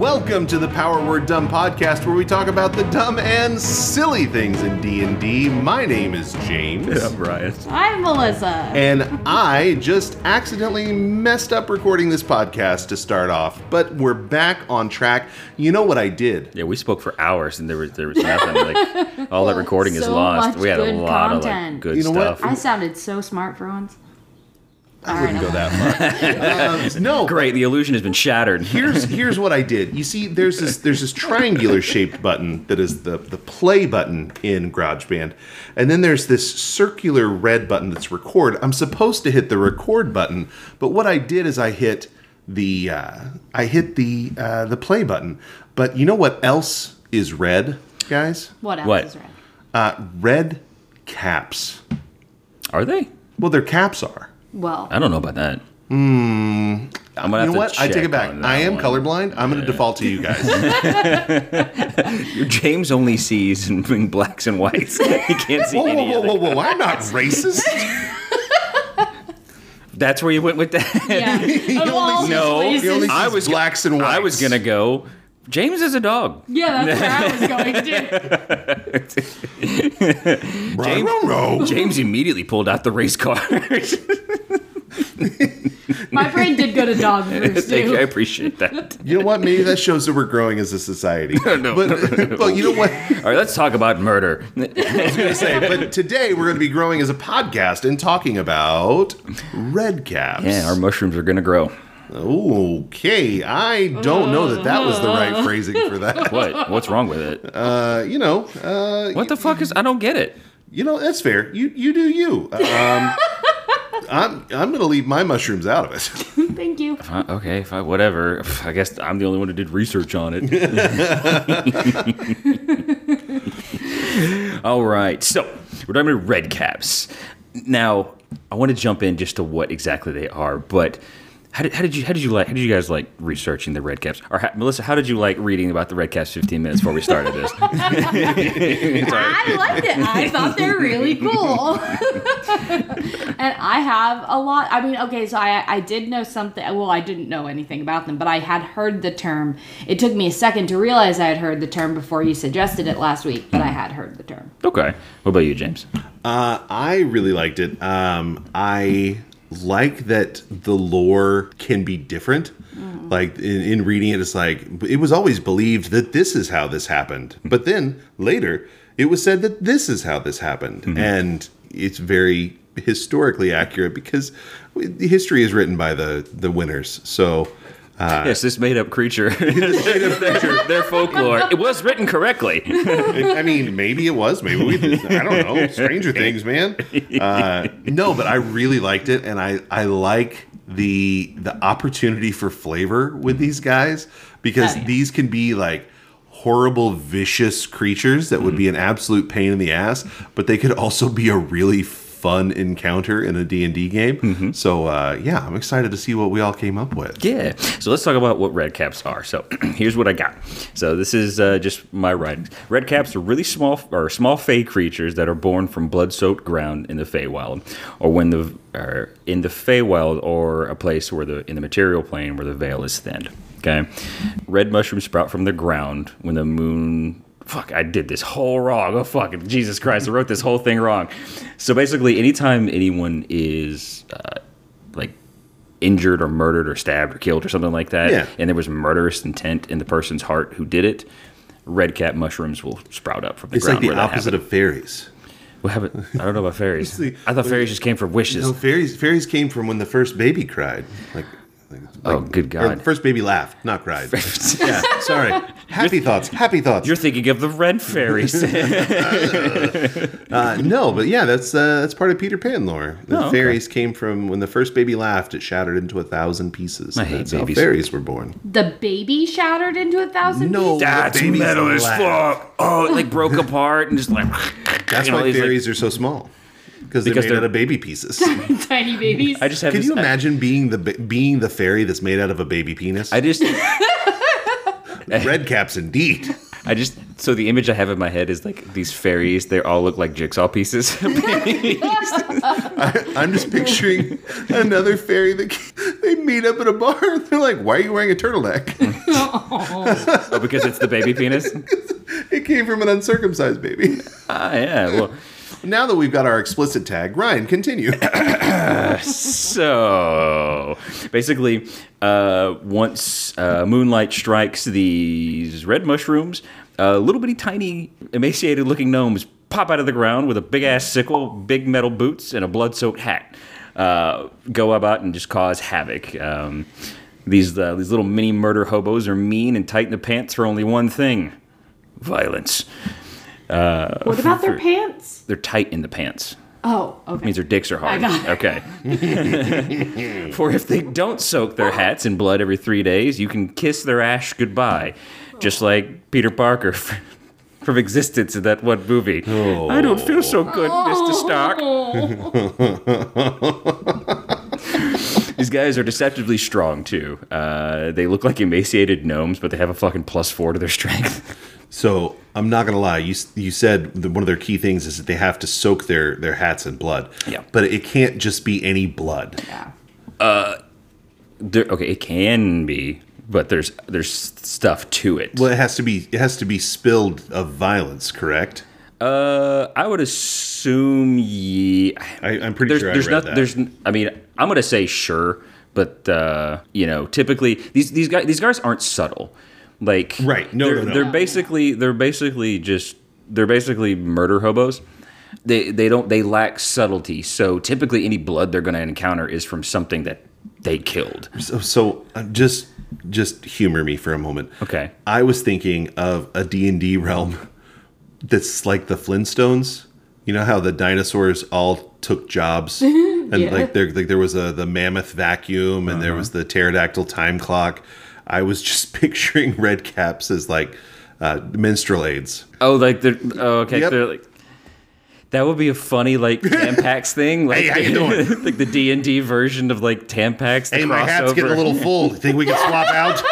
Welcome to the Power Word Dumb podcast, where we talk about the dumb and silly things in D and D. My name is James, Brian. I'm Melissa. and I just accidentally messed up recording this podcast to start off, but we're back on track. You know what I did? Yeah, we spoke for hours and there was there was nothing. Like all that recording is so lost. much We had a good lot of like content. good You know what? stuff. I sounded so smart for once. I wouldn't go that far. Um, no, Great, the illusion has been shattered. here's here's what I did. You see, there's this there's this triangular shaped button that is the the play button in GarageBand, and then there's this circular red button that's record. I'm supposed to hit the record button, but what I did is I hit the uh, I hit the uh, the play button. But you know what else is red, guys? What else What? is red? Uh, red caps. Are they? Well, their caps are. Well, I don't know about that. Hmm. I'm gonna You know have to what? I take check it back. on that I am one. colorblind. I'm going to default to you guys. James only sees in in blacks and whites. he can't see whoa, whoa, any whoa, other. whoa, whoa! I'm not racist. That's where you went with that. yeah. Of all No, places- He only I sees was go- blacks and whites. I was gonna go. James is a dog. yeah, that's where I was going to. James, James immediately pulled out the race card. My brain did go to dog first Thank you. I too. appreciate that. You know what? Maybe that shows that we're growing as a society. no, but, no, no, no. but you know what? I All right, let's talk about murder. was going to say, but today we're going to be growing as a podcast and talking about red caps. Yeah, our mushrooms are gonna grow. okay. I don't know that that was the right phrasing for that. What? What's wrong with it? Uh, you know, uh, What the fuck is? I don't get it. you know, that's fair. You you do you. Um, I'm I'm going to leave my mushrooms out of it. Thank you. Uh, okay, fine, whatever. Pff, I guess I'm the only one who did research on it. All right, so we're talking about red caps. Now, I want to jump in just to what exactly they are, but. How did, how did you how did you like how did you guys like researching the red caps or how, Melissa how did you like reading about the red caps 15 minutes before we started this I liked it. I thought they're really cool. and I have a lot. I mean, okay, so I I did know something. Well, I didn't know anything about them, but I had heard the term. It took me a second to realize I had heard the term before you suggested it last week, but I had heard the term. okay what about you James Uh, I really liked it. Um, I like that the lore can be different. Like in, in reading it, it's like it was always believed that this is how this happened, but then later it was said that this is how this happened, and it's very historically accurate because history is written by the the winners. So yes this made up creature their, their folklore it was written correctly I mean, maybe it was. Maybe we. I don't know. Stranger Things, man. Uh, no, but I really liked it, and I I like the the opportunity for flavor with these guys because Oh, yeah. these can be like horrible, vicious creatures that Mm-hmm. would be an absolute pain in the ass, but they could also be a really fun encounter in a D&D game. Mm-hmm. So uh, yeah, I'm excited to see what we all came up with. Yeah. So let's talk about what red caps are. So here's what I got. So this is uh, just my writings. Red caps are really small or small fey creatures that are born from blood-soaked ground in the Feywild, or when the or in the Feywild, or a place where the in the material plane where the veil is thinned. Okay. Red mushrooms sprout from the ground when the moon Fuck, I did this whole wrong. Oh, fuck. Jesus Christ, I wrote this whole thing wrong. So basically, anytime anyone is uh, like injured or murdered or stabbed or killed or something like that, Yeah. and there was murderous intent in the person's heart who did it, red cap mushrooms will sprout up from the It's ground. like the where that opposite happened. of fairies. What happened? I don't know about fairies. the- I thought fairies just came from wishes. No, fairies. Fairies came from when the first baby cried. Like, like- Oh, good or God. the first baby laughed, not cried. yeah, sorry. Happy thoughts. Happy thoughts. You're thinking of the red fairies. Uh, no, but yeah, that's uh, that's part of Peter Pan lore. The Oh, okay. fairies came from when the first baby laughed; it shattered into a thousand pieces. I And hate that's babies. how fairies were born. The baby shattered into a thousand. No, pieces? That's babies metal as laugh. fuck. Oh, it like broke apart and just like. That's you know, why these, like- fairies are so small because they're Because made they're- out of baby pieces. tiny babies. I just have. Can this, you imagine being the ba- being the fairy that's made out of a baby penis? I, I just. Red caps, indeed. I just So the image I have in my head is like these fairies. They all look like jigsaw pieces. Oh, I, I'm just picturing another fairy that they meet up at a bar. And they're like, "Why are you wearing a turtleneck?" oh, because it's the baby penis. it came from an uncircumcised baby. Ah, yeah. Well, Now that we've got our explicit tag, Ryan, continue. so basically, uh, once uh, moonlight strikes these red mushrooms, uh, little bitty tiny emaciated looking gnomes pop out of the ground with a big ass sickle, big metal boots, and a blood soaked hat. Uh, go about and just cause havoc. Um, these uh, these little mini murder hobos are mean and tight in the pants for only one thing: violence. What about their pants? They're tight in the pants. Oh, okay. means their dicks are hard. I got it. Okay. For if they don't soak their hats in blood every three days, you can kiss their ash goodbye, just like Peter Parker from, from existence in that one movie. I don't feel so good, Mr. Stark. Oh. These guys are deceptively strong too. Uh, they look like emaciated gnomes, but they have a fucking plus four to their strength. So I'm not gonna lie. You s- you said that one of their key things is that they have to soak their their hats in blood. Yeah. But it can't just be any blood. Yeah. They're, okay, it can be, but there's there's stuff to it. Well, it has to be it has to be spilled of violence, correct? Uh, I would assume. Yeah, I, I'm pretty there's, sure there's I read not, that. There's, n- I mean, I'm gonna say sure, but uh, you know, typically these these guys these guys aren't subtle, like Right. No, they're, no, no. they're basically they're basically just they're basically murder hobos. They they don't they lack subtlety. So typically, any blood they're gonna encounter is from something that they killed. so, so uh, just just humor me for a moment. Okay. I was thinking of a D&D realm that's like the Flintstones. You know how the dinosaurs all took jobs and Yeah. like there like there was a the mammoth vacuum and Uh-huh. there was the pterodactyl time clock. I was just picturing red caps as like uh, menstrual aids. Oh, like they're oh, okay. Yep. They're like that would be a funny like Tampax thing. Like, how you doing? like the D and D version of like Tampax. The Hey, my hat's getting a crossover. little full. You think we can swap out?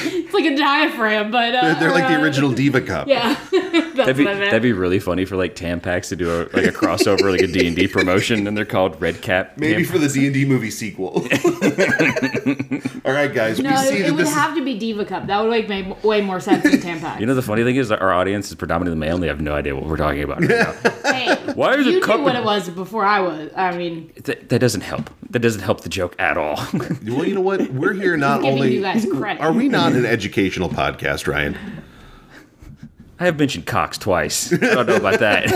It's like a diaphragm, but uh, They're like the uh, original diva cup. Yeah. That's That'd be, what I meant. that'd be really funny for like Tampax to do a, like a crossover, like a D and D promotion, and they're called Red Cap. Maybe Tam- for the D and D movie sequel. All right, guys, no, we see it, that would this. is- have to be Diva Cup. That would make ma- way more sense than Tampax. you know the funny thing is that our audience is predominantly male, and they have no idea what we're talking about. Right now. Hey, Why is it you knew cup- what it was before I was. I mean, that, that doesn't help. That doesn't help the joke at all. well, you know what? We're here not giving only. you guys credit. Are we not an educational podcast, Ryan? I have mentioned Cox twice. I don't know about that.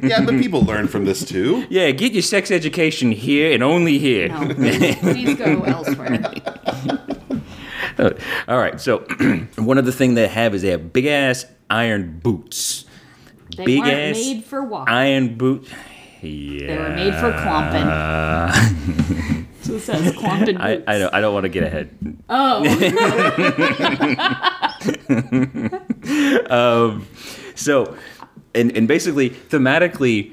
Yeah, but people learn from this too. yeah, get your sex education here and only here. no. Please go elsewhere. All right, so one of the thing they have is they have big ass iron boots. They Big weren't ass made for walking. Iron boot. They were Yeah. made for clomping. so it says clomping I, boots. I don't I don't want to get ahead. Oh, Um, So, and and basically thematically,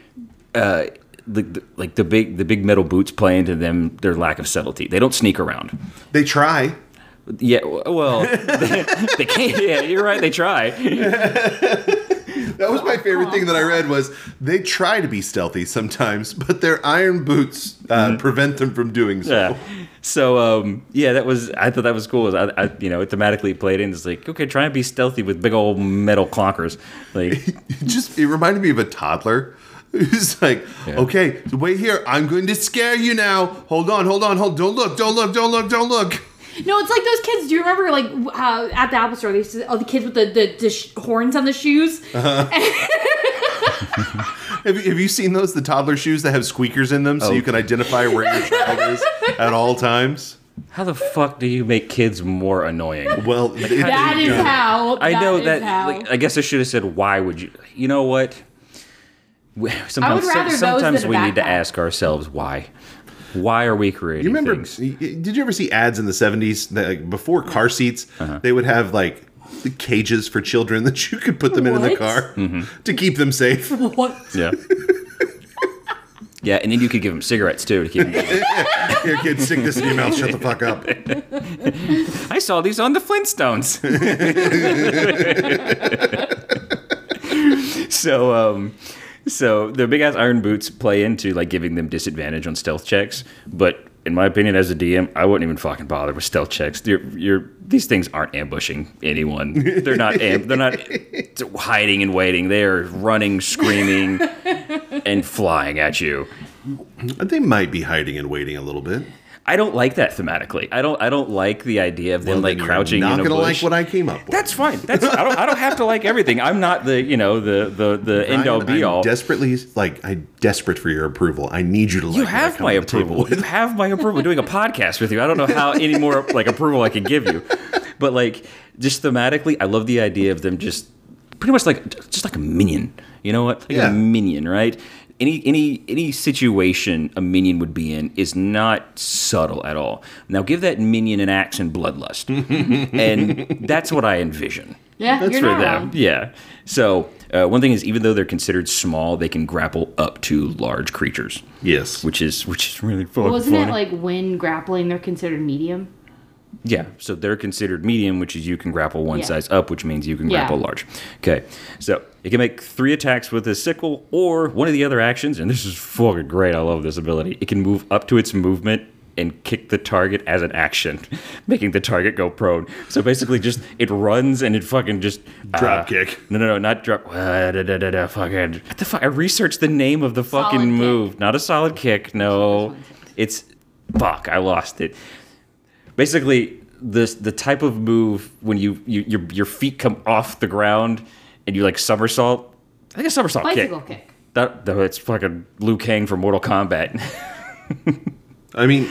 uh, the, the like the big the big metal boots play into them their lack of subtlety. They don't sneak around. They try. Yeah, w- well, they, they can't. Yeah, you're right. They try. That was my favorite thing that I read was they try to be stealthy sometimes, but their iron boots uh, prevent them from doing so. Mm-hmm. Yeah. So um, yeah, that was I thought that was cool. I, I you know it thematically played in. It's like okay, try and be stealthy with big old metal clonkers. Like It just it reminded me of a toddler who's like, "Okay, wait here. I'm going to scare you now. Hold on, hold on, hold. Don't look, don't look, don't look, don't look." no, it's like those kids. Do you remember, like, w- uh, at the Apple store, they used to, oh, the kids with the, the, the sh- horns on the shoes? Have you, have you seen those the toddler shoes that have squeakers in them Oh. so you can identify where your child is at all times? How the fuck do you make kids more annoying? Well, it- That is how. I know is that. how. Like, I guess I should have said, "Why would you?" You know what? We- Sometimes, rather those sometimes than a we need to backpack. ask ourselves why. Why are we creating? You remember? things? Uh-huh. Did you ever see ads in the seventies that like, before car seats they would have like the cages for children that you Mm-hmm. could put them in in the What? car to keep them safe? What? Yeah. Yeah, and then you could give him cigarettes too to keep him. going. Here, kid, stick this in your mouth. Shut the fuck up. Uh, I saw these on the Flintstones. so, um, so the big ass iron boots play into like giving them disadvantage on stealth checks, but. In my opinion, as a DM, I wouldn't even fucking bother with stealth checks. You're, you're, these things aren't ambushing anyone. They're not. Am- they're not hiding and waiting. They are running, screaming, and flying at you. They might be hiding and waiting a little bit. I don't like that thematically. I don't. I don't like the idea of them Well, like then you're crouching Not in a gonna bush. like what I came up with. That's fine. That's I don't. I don't have to like everything. I'm not the you know the the the end all I'm- be I'm all. Desperately, like I'm desperate for your approval. I need you to. You have my approval. You have my approval. Doing a podcast with you. I don't know how any more like approval I can give you. But like just thematically, I love the idea of them just pretty much like just like a minion. You know what? Like Yeah. a minion, right? Any any any situation a minion would be in is not subtle at all. Now give that minion an axe and bloodlust, and that's what I envision. Yeah, That's you're for not them. wrong. Yeah. So uh, one thing is, even though they're considered small, they can grapple up to large creatures, Yes. which is which is really fun. Wasn't it funny. like when grappling they're considered medium? Yeah. So they're considered medium, which is you can grapple one Yeah. size up, which means you can Yeah. grapple large. Okay. So it can make three attacks with his sickle or one of the other actions, and this is fucking great. I love this ability. It can move up to its movement and kick the target as an action, making the target go prone. So basically, just it runs and it fucking just uh, Drop kick. No, no, no, not drop. Uh, da, da, da, da, fucking. What the fuck? I researched the name of the fucking Solid kick. move. Not a solid kick. No, it's fuck. I lost it basically this the type of move when you, you your your feet come off the ground and you like somersault. I think a somersault Bicycle kick. kick. That though it's fucking Liu Kang from Mortal Kombat. I mean,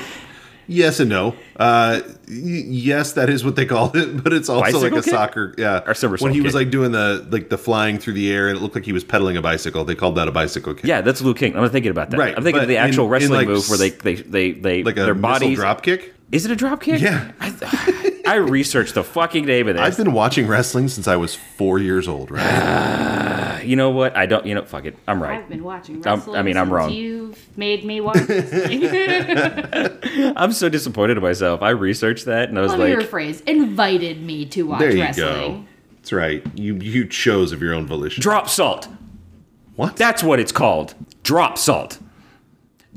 yes and no. Uh, y- yes, that is what they call it, but it's also Bicycle like a kick? soccer. Yeah. Or somersault When he was kick. like doing the like the flying through the air, and it looked like he was pedaling a bicycle. They called that a bicycle kick. yeah, that's Liu Kang. I'm not thinking about that. Right, I'm thinking of but the in- actual in, wrestling like, move where they s- they they, they Like a their bodies. drop kick. Is it a drop kick? Yeah. I, I researched the fucking name of I've this. been watching wrestling since I was four years old. Right. you know what? I don't. You know, fuck it. I'm right. I've been watching I'm- wrestling. I mean, I'm since wrong. You've made me watch wrestling. I'm so disappointed in myself. I researched that and I was Let like, me rephrase. Invited me to watch There you go. wrestling. That's right. You you chose of your own volition. drop salt. What? That's what it's called. Drop salt.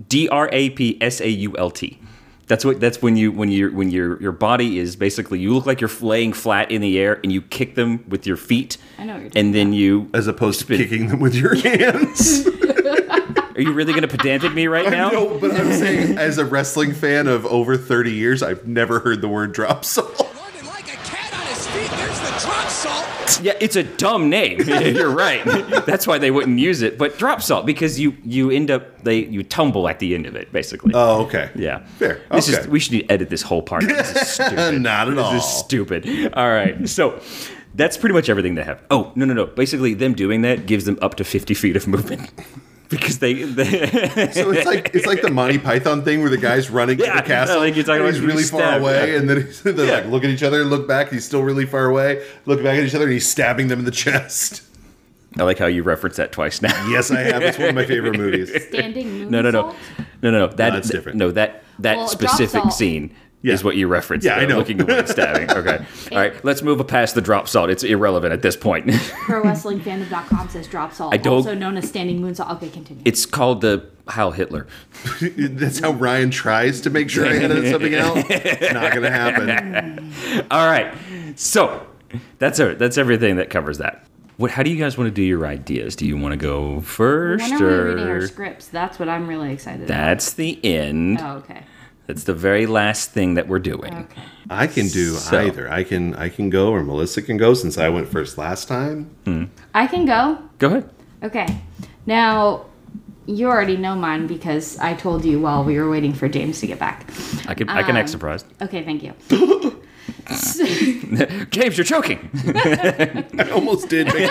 D R A P S A U L T. That's what. That's when you when you when your your body is basically you look like you're laying flat in the air and you kick them with your feet. I know what you're talking And then you As opposed to Spin. kicking them with your hands. are you really gonna pedantic me right now? No, but I'm saying, as a wrestling fan of over 30 years, I've never heard the word drop salt. Running like a cat on his feet. There's the drop salt. Yeah, it's a dumb name. You're right. That's why they wouldn't use it. But drop salt because you you end up they you tumble at the end of it basically. Oh, okay. yeah. Fair. This okay. is we should edit this whole part. This is stupid. Uh, Not at all. This is stupid. All right. So that's pretty much everything they have. Oh, no, no, no. Basically, them doing that gives them up to 50 feet of movement because they. they so it's like it's like the Monty Python thing where the guy's running Yeah, to the castle. I think you're and talking about he's really you far stab, away, yeah. and then he's, they're Yeah. like look at each other, look back. He's still really far away. Look back at each other, and he's stabbing them in the chest. I like how you reference that twice now. Yes, I have. It's one of my favorite movies. Standing No, no, no. moonsault? No, no, no. That, that's different. No, that, that Well, drop specific salt. scene. Yeah. Is what you referenced. Yeah, I uh, know. Looking away, and stabbing. Okay. All right. Let's move past the drop salt. It's irrelevant at this point. ProWrestlingFandom.com says drop salt, I don't- also known as standing moonsault. Okay, continue. it's called the Heil Hitler. That's how Ryan tries to make sure I edit something out. It's not gonna happen. All right. So that's it. That's everything that covers that. What? How do you guys want to do your ideas? Do you want to go first, when are we reading our or scripts? That's what I'm really excited that's the end? about. Oh, okay. That's the very last thing that we're doing. Okay. I can do So- either. I can I can go, or Melissa can go since I went first last time. I can go. Go ahead. Okay. Now, you already know mine because I told you while we were waiting for James to get back. I can. I can Um, act surprised. Okay, thank you. James, you're choking. I almost did. Make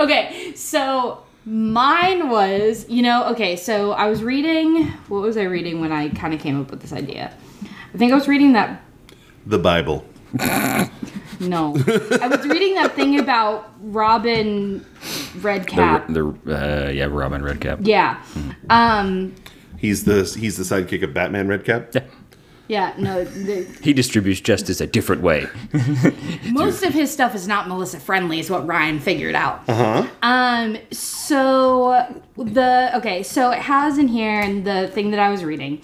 Okay, so mine was, you know, okay, so I was reading, what was I reading when I kind of came up with this idea? I think I was reading that, the Bible. no. I was reading that thing about Robin Red Cap. The, the Hmm. uh, yeah, Robin Redcap. yeah. Um, He's the he's the sidekick of Batman Redcap. Yeah. yeah, no, the, He distributes justice a different way. most of his stuff is not Melissa friendly, is what Ryan figured out. Uh huh. Um. So the okay, so it has in here, and the thing that I was reading.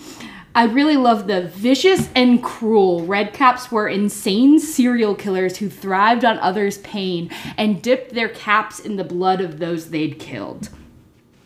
I really love the vicious and cruel. Redcaps were insane serial killers who thrived on others' pain and dipped their caps in the blood of those they'd killed.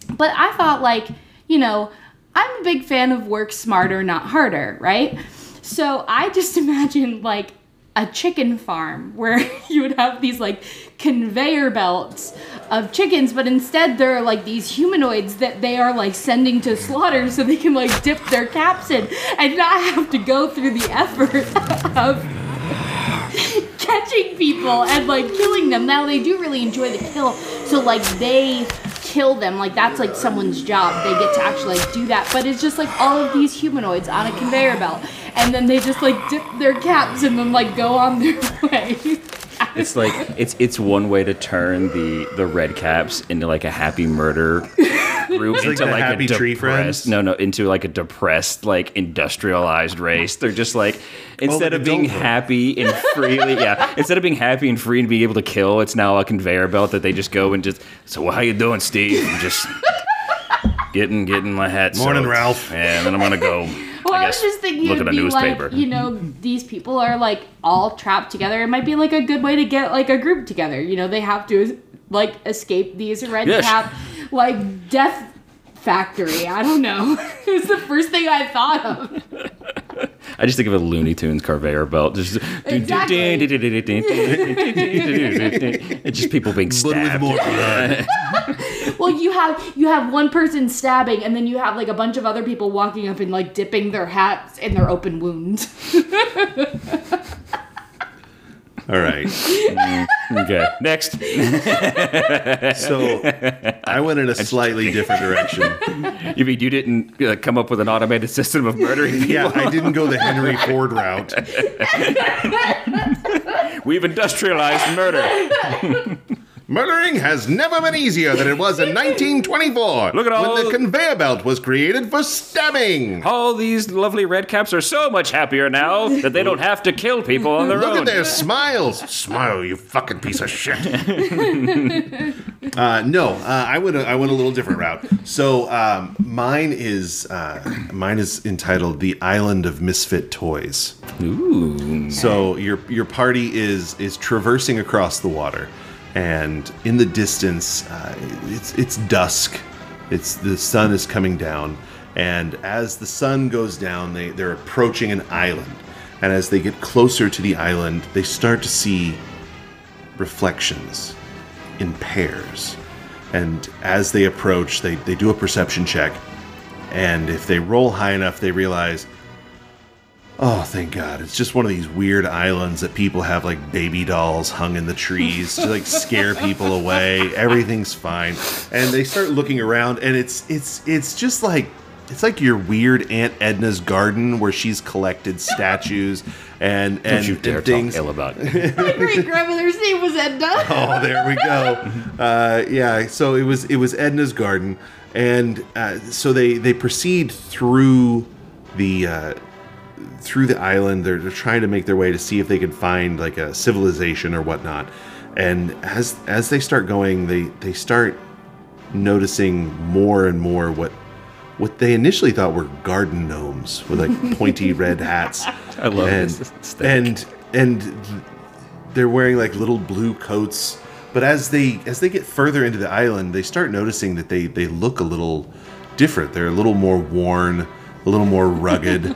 But I thought, like, you know, I'm a big fan of work smarter, not harder, right? So I just imagine, like, a chicken farm where you would have these like conveyor belts of chickens, but instead there are like these humanoids that they are like sending to slaughter so they can like dip their caps in and not have to go through the effort of catching people and like killing them. Now they do really enjoy the kill, so like they kill them. Like that's like someone's job. They get to actually like do that. But it's just like all of these humanoids on a conveyor belt, and then they just like dip their caps and then like go on their way. It's like it's it's one way to turn the the red caps into like a happy murder group like into the like Happy a Tree depressed Friends? no no into like a depressed like industrialized race. They're just like instead like of being adulthood. happy and freely yeah instead of being happy and free and being able to kill, it's now a conveyor belt that they just go and just so how you doing, Steve? I'm just getting getting my hat. Morning, sewed. Ralph. Yeah, and then I'm gonna go. Well, I, was guess, just thinking look it'd at a be newspaper. like, you know, these people are like all trapped together. It might be like a good way to get like a group together. You know, they have to like escape these red Yes. cap like death factory. I don't know. it was the first thing I thought of. I just think of a Looney Tunes conveyor belt. Just Exactly. it's just people being But with stabbed. more blood. Well, you have you have one person stabbing, and then you have like a bunch of other people walking up and like dipping their hats in their open wound. All right. Okay, next. So I went in a slightly different direction. You mean you didn't uh, come up with an automated system of murdering people? Yeah, I didn't go the Henry Ford route. We've industrialized murder. Murdering has never been easier than it was in 1924. Look at all- when the conveyor belt was created for stabbing. All these lovely red caps are so much happier now that they don't have to kill people on their Look own. at their smiles. Smile, you fucking piece of shit. uh, no, uh, I went. A, I went a little different route. So um, mine is uh, mine is entitled "The Island of Misfit Toys." Ooh. So your your party is is traversing across the water, and in the distance, uh, it's it's dusk. It's the sun is coming down, and as the sun goes down, they they're approaching an island, and as they get closer to the island, they start to see reflections in pairs, and as they approach, they they do a perception check, and if they roll high enough, they realize Oh, thank God. It's just one of these weird islands that people have like baby dolls hung in the trees to like scare people away. Everything's fine. And they start looking around and it's it's it's just like it's like your weird Aunt Edna's garden where she's collected statues and and, Don't you dare and things. talk ill about it. My great grandmother's name was Edna. Oh, there we go. Uh, yeah, so it was it was Edna's garden, and uh, so they they proceed through the uh, through the island. They're, they're trying to make their way to see if they can find like a civilization or whatnot. And as as they start going, they they start noticing more and more what what they initially thought were garden gnomes with like pointy red hats. I love and, this aesthetic. And and they're wearing like little blue coats but as they as they get further into the island they start noticing that they they look a little different they're a little more worn a little more rugged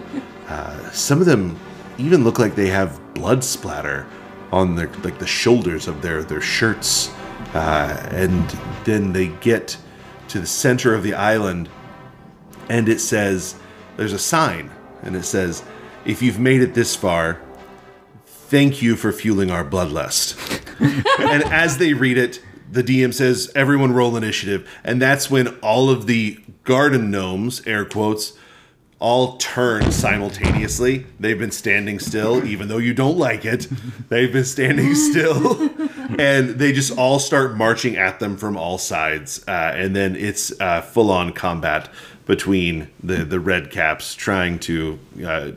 uh, some of them even look like they have blood splatter on their like the shoulders of their their shirts uh, and then they get to the center of the island and it says there's a sign and it says if you've made it this far thank you for fueling our bloodlust. and as they read it, the DM says, everyone roll initiative. And that's when all of the garden gnomes, air quotes, all turn simultaneously. They've been standing still, even though you don't like it. They've been standing still. and they just all start marching at them from all sides, uh, and then it's uh, full on combat between the the red caps trying to. Uh,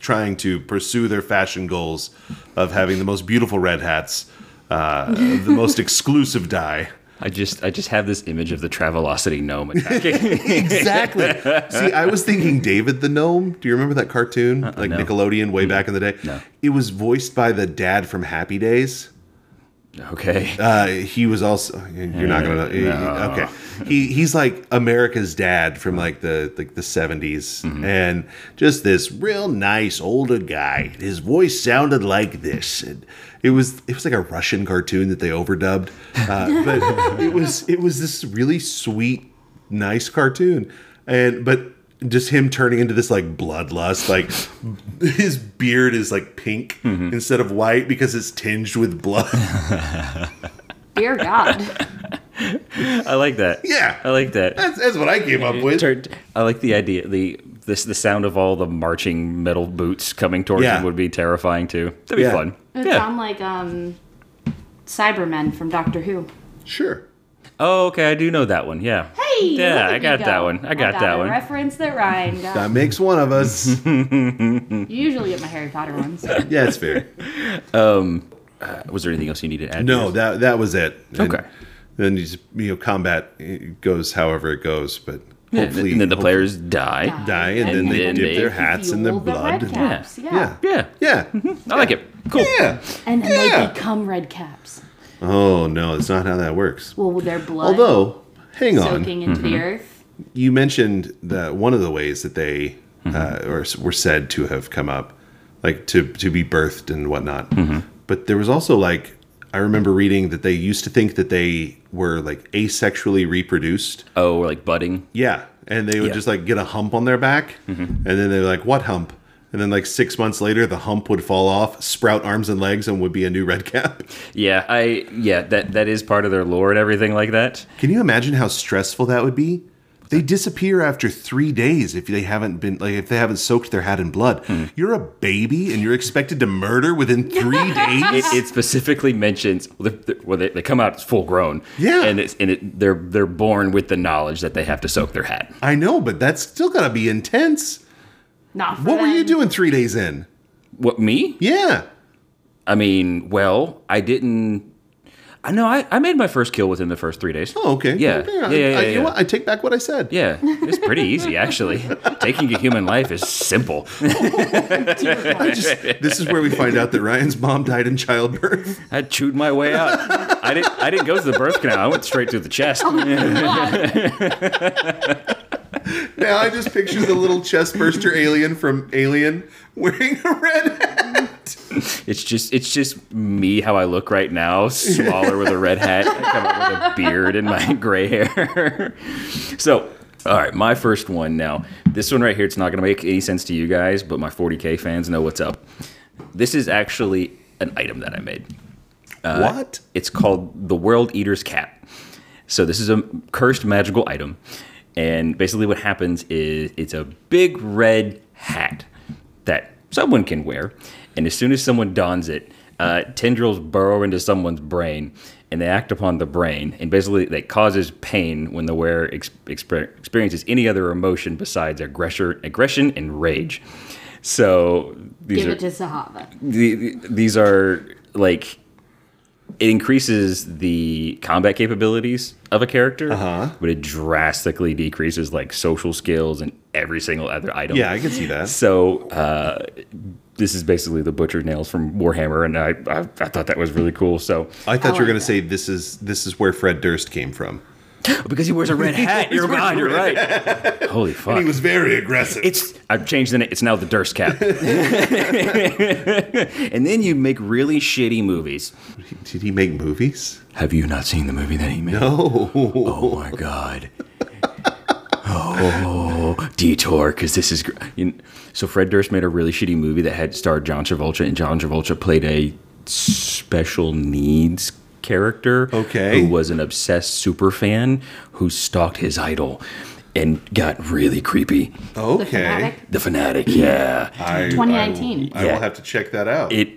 Trying to pursue their fashion goals of having the most beautiful red hats, uh, of the most exclusive dye. I just I just have this image of the Travelocity gnome attacking. Exactly. See, I was thinking David the Gnome. Do you remember that cartoon? like Uh-uh, no. Nickelodeon way back in the day? No. It was voiced by the dad from Happy Days. okay. Uh, he was also you're not gonna No. okay. He he's like America's dad from like the like the 70s Mm-hmm. and just this real nice older guy. His voice sounded like this. And it was it was like a Russian cartoon that they overdubbed, uh, but it was it was this really sweet, nice cartoon, and but just him turning into this like bloodlust like his beard is like pink Mm-hmm. instead of white because it's tinged with blood Dear God. I like that. Yeah. I like that. That's, that's what I came up with. Turned- I like the idea. The this the sound of all the marching metal boots coming towards Yeah. him would be terrifying too. That'd be Yeah. fun. It would sound like um, Cybermen from Doctor Who. Sure. Oh, okay. I do know that one. Yeah. Hey, Yeah, look at I you got go. that one. I got that a one. Reference that Ryan got. That makes one of us. You usually get my Harry Potter ones. yeah, it's fair. Was there anything else you needed to add? to No, this? that that was it. And Okay. Then you just, you know combat it goes however it goes, but Yeah, and hopefully then the hopefully- players die. die and then they then dip they their hats in their fuel the blood. Red caps. Yeah. Yeah. Yeah. Yeah. I like it. Cool. Yeah. And then Yeah. they become red caps. Oh no, it's not how that works. Well, with their blood Although, hang on. soaking into Mm-hmm. the earth. you mentioned that one of the ways that they uh, or s- were said to have come up, like to to be birthed and whatnot. But there was also like I remember reading that they used to think that they were like asexually reproduced. Oh, we're like budding. Yeah, and they would Yeah. just like get a hump on their back, and then they're like, "What hump?" And then like six months later, the hump would fall off, sprout arms and legs, and would be a new red cap. Yeah. I. Yeah. That that is part of their lore and everything like that. Can you imagine how stressful that would be? They disappear after three days if they haven't been like if they haven't soaked their hat in blood. Hmm. You're a baby and you're expected to murder within three days. it, it specifically mentions well, they- they- well they, they come out full grown Yeah. and it's and it, they're they're born with the knowledge that they have to soak their hat I know, but that's still gotta be intense. Not for What were you them. doing three days in? what me Yeah. i mean well i didn't i know i, I made my first kill within the first three days Oh, okay. Yeah. I, Yeah, yeah, I- yeah, you know yeah. what? I take back what I said. yeah it's pretty easy actually taking a human life is simple I just, this is where we find out that Ryan's mom died in childbirth. i chewed my way out i didn't i didn't go to the birth canal i went straight to the chest Now I just picture the little chest burster alien from Alien wearing a red hat. It's just it's just me how I look right now, smaller with a red hat, I come up with a beard and my gray hair. so, all right, my first one now. This one right here, it's not going to make any sense to you guys, but my 40k fans know what's up. This is actually an item that I made. Uh, what? It's called the World Eater's Cap. So this is a cursed magical item, and basically what happens is it's a big red hat that someone can wear, and as soon as someone dons it, uh, tendrils burrow into someone's brain, and they act upon the brain, and basically that causes pain when the wearer ex- exper- experiences any other emotion besides aggression, aggression and rage. So these Give are it to Sahava. the, the- these are like it increases the combat capabilities of a character, Uh-huh. but it drastically decreases like social skills and every single other item. Yeah, I can see that. So uh, this is basically the butcher nails from Warhammer, and I I, I thought that was really cool. So I thought you were like going to that. say this is this is where Fred Durst came from. because he wears a red hat, you're right. You're right. Holy fuck! very aggressive. It's I've changed the name. It's now the Durst cap. and then you make really shitty movies. Did he make movies? Have you not seen the movie that he made? Oh, Oh my god. Oh, detour, because this is. Gr- you kn- so Fred Durst made a really shitty movie that had starred John Travolta, and John Travolta played a special needs character, Okay. who was an obsessed super fan who stalked his idol, and got really creepy. okay. The fanatic, yeah. I- I will- Fanatic. I, will Yeah. have to check that out. it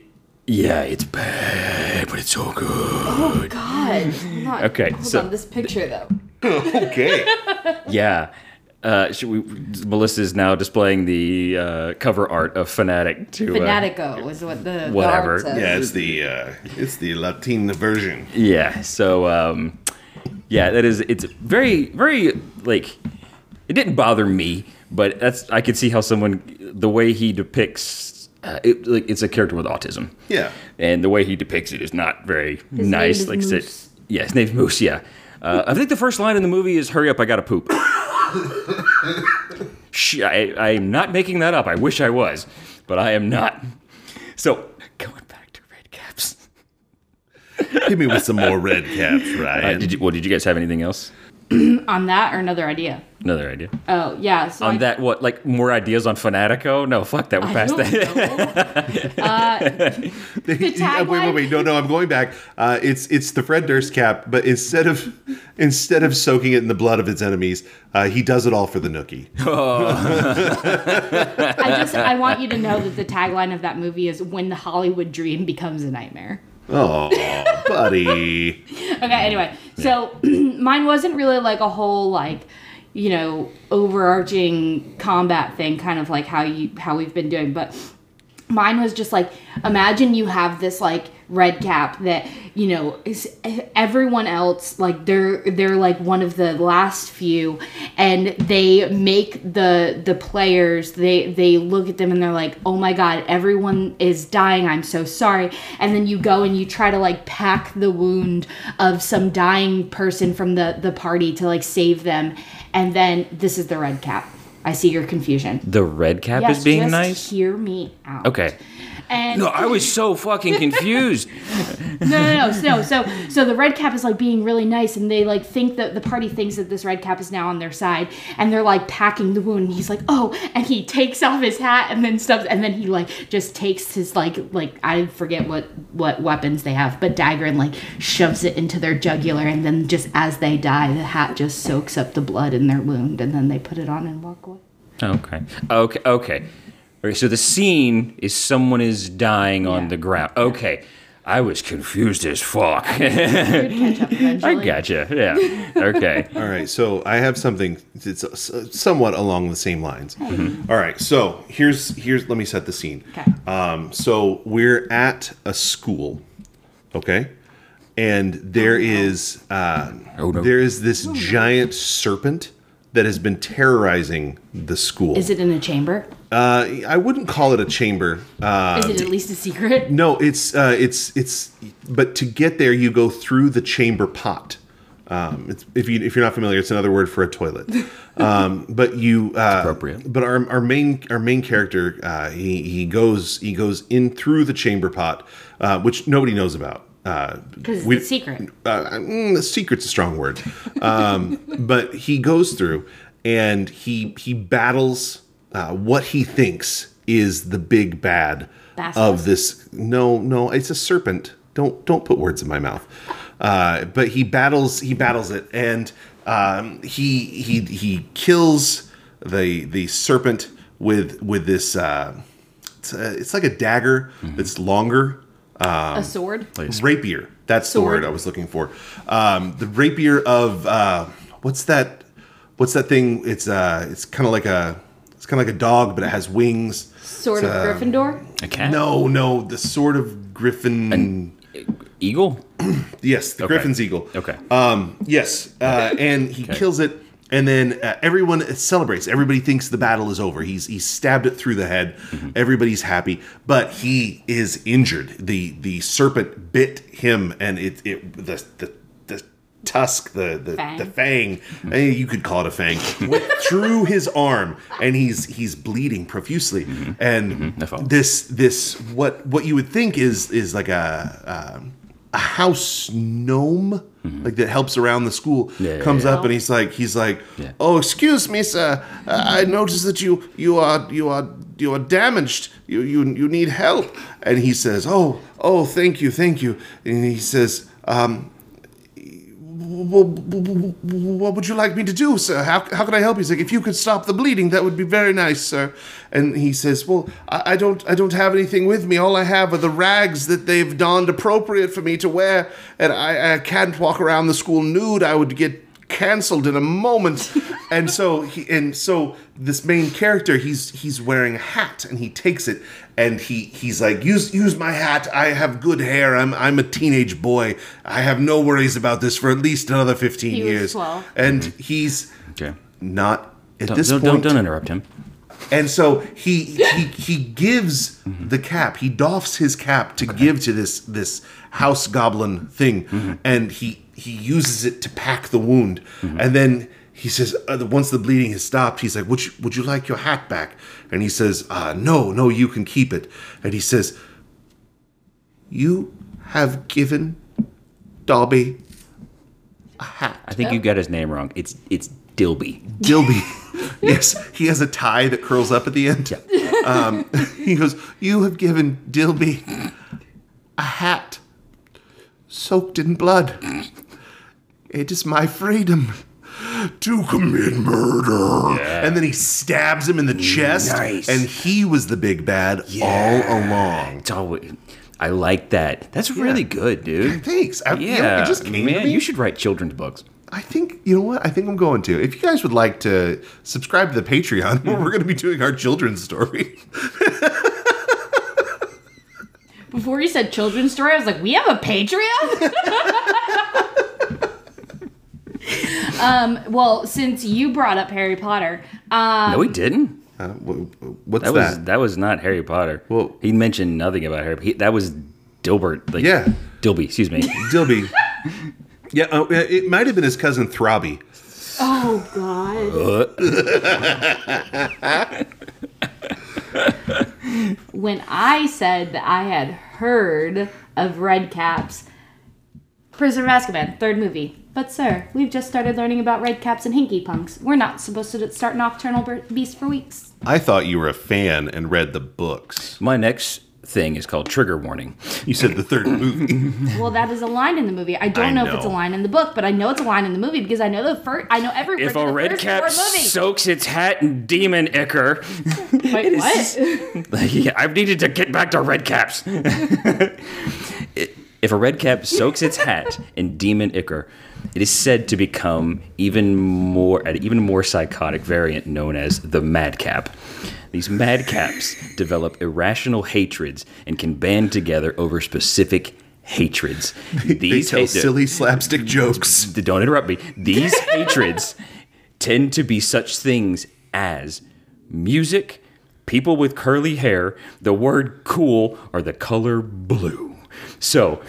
Yeah, it's bad, but it's so good. Oh God. I'm not- Okay, Hold so- on. This picture though. Okay. Yeah. Uh, should we? Melissa is now displaying the uh, cover art of Fanatic to uh, Fanatico was what the the whatever. art says. yeah, it's the uh, it's the Latin version. Yeah. So um, yeah, that is. It's very, very like. It didn't bother me, but that's I could see how someone the way he depicts uh, it, like it's a character with autism. Yeah. and the way he depicts it is not very His nice. name is like I said- Moose. yeah, his name's Moose. Yeah, uh, I think the first line in the movie is "Hurry up, I gotta poop." Sh- I, I'm not making that up. I wish I was, but I am not. So going back to Red Caps, Hit me with some more red caps, Uh, Ryan. did you? Well, did you guys have anything else? On that or another idea. Another idea Oh yeah. So on I- that? What like more ideas on Fanatico? No, fuck that. We're I past don't that. know. uh, the Yeah, wait, wait, tagline- wait! No, no, I'm going back. Uh, it's it's the Fred Durst cap, but instead of instead of soaking it in the blood of its enemies, uh, he does it all for the nookie. I just I want you to know that the tagline of that movie is "When the Hollywood Dream Becomes a Nightmare." Oh, buddy! Okay. Anyway, so mine wasn't really like a whole like you know overarching combat thing, kind of like how you how we've been doing, but mine was just like imagine you have this like red cap that you know is everyone else like they're they're like one of the last few and they make the the players they they look at them and they're like oh my god everyone is dying i'm so sorry and then you go and you try to like pack the wound of some dying person from the the party to like save them and then this is the red cap i see your confusion The Red Cap yes, is being just nice. hear me out Okay. and No, I was so fucking confused. no, no, no, no. So, so the red cap is like being really nice, and they like think that the party thinks that this red cap is now on their side, and they're like packing the wound. And he's like, oh, and he takes off his hat and then stuff, and then he like just takes his like like I forget what what weapons they have, but dagger and like shoves it into their jugular, and then just as they die, the hat just soaks up the blood in their wound, and then they put it on and walk away. Okay. Okay. Okay. Okay, so the scene is someone is dying on Yeah. the ground. Okay. I was confused as fuck. Good catch up I eventually. gotcha. Yeah. Okay. All right, so I have something that's uh, s- somewhat along the same lines. All right, so here's here's let me set the scene. Okay. Um, so we're at a school, okay, and Oh, there is uh, Oh, no. there is this giant serpent that has been terrorizing the school. Is it in a chamber? Uh, I wouldn't call it a chamber. Uh, Is it at least a secret? no, it's uh, it's it's. But to get there, you go through the chamber pot. Um, it's, if you if you're not familiar, it's another word for a toilet. Um, but you uh, appropriate. But our, our main our main character uh, he he goes he goes in through the chamber pot, uh, which nobody knows about. Uh, Because we- it's a secret. uh, mm, the secret's a strong word, um, but he goes through and he he battles uh, what he thinks is the big bad of Basilisk? this. No, no, it's a serpent. Don't don't put words in my mouth. Uh, but he battles he battles it and um, he he he kills the the serpent with with this. Uh, it's, a, it's like a dagger that's longer a sword? rapier. That's the word Sword. I was looking for. Um, the rapier of uh, what's that? What's that thing? It's uh, it's kind of like a it's kind of like a dog, but it has wings. Sword of Gryffindor? A cat? No, no, the sword of Griffin. Eagle? yes, the Okay. Griffin's eagle. Okay. Um, yes, uh, and he kills it, and then uh, everyone celebrates. Everybody thinks the battle is over. He's he stabbed it through the head. Mm-hmm. Everybody's happy, but he is injured. the The serpent bit him, and it it the the, the tusk, the the Fang. the fang, eh, you could call it a fang, went through his arm, and he's he's bleeding profusely, Mm-hmm. and I follow. this this what what you would think is is like a um, a house gnome like that helps around the school Mm-hmm. Yeah, yeah, comes yeah. up and he's like he's like Yeah. oh excuse me sir uh, I noticed that you you are you are you are damaged you you you need help and he says oh oh thank you thank you and he says um what would you like me to do, sir? How, how can I help you? He's like, if you could stop the bleeding, that would be very nice, sir. And he says, well, I, I don't, I don't have anything with me. All I have are the rags that they've donned appropriate for me to wear, and I, I can't walk around the school nude. I would get canceled in a moment. and so he and so this main character, he's he's wearing a hat and he takes it and he he's like, use use my hat. I have good hair. I'm I'm a teenage boy. I have no worries about this for at least another fifteen He was years. 12. And he's Okay. not at Don't, this don't, point. don't, don't interrupt him. And so he he he gives the cap. He doffs his cap to give to this this house goblin thing, and he he uses it to pack the wound. And then he says, uh, the- once the bleeding has stopped, he's like, "Would you would you like your hat back?" And he says, uh, "No, no, you can keep it." And he says, "You have given Dobby I think you got his name wrong. It's it's Dilby. Dilby. yes, he has a tie that curls up at the end. Um, he goes, You have given Dilby a hat soaked in blood. It is my freedom to commit murder. And then he stabs him in the chest. Nice. And he was the big bad all along. It's always. I like that. That's really good, dude. Thanks. I, you know, Yeah, it just came to man, me. you should write children's books. I think you know what I think I'm going to. If you guys would like to subscribe to the Patreon, where we're Mm-hmm. going to be doing our children's story. Before you said children's story, I was like, we have a Patreon? um, well, since you brought up Harry Potter, um, No, he didn't. Uh, wh- wh- what's That that? was that was not Harry Potter. Well- he mentioned nothing about Harry. He, that was Dilbert. Like, Yeah. Dilby. Excuse me. Dilby. yeah, uh, it might have been his cousin Throbby. oh God. when I said that I had heard of Red Caps, Prisoner of Azkaban, third movie. But sir, we've just started learning about Red Caps and Hinky Punks. We're not supposed to start Nocturnal Ber- Beast for weeks. I thought you were a fan and read the books. My next thing is called trigger warning. You said the third movie. Well, that is a line in the movie. I don't I know, if it's a know. line in the book, but I know it's a line in the movie because I know the first. I know every. If word a in the red first cap four movies. soaks its hat in demon ichor, Wait, what? Like, yeah, I've needed to get back to red caps. It- if a red cap soaks its hat in demon ichor, it is said to become even more an even more psychotic variant known as the madcap. These madcaps develop irrational hatreds and can band together over specific hatreds. they These tell hate- silly slapstick jokes. D- don't interrupt me. These hatreds tend to be such things as music, people with curly hair, the word cool, or the color blue. So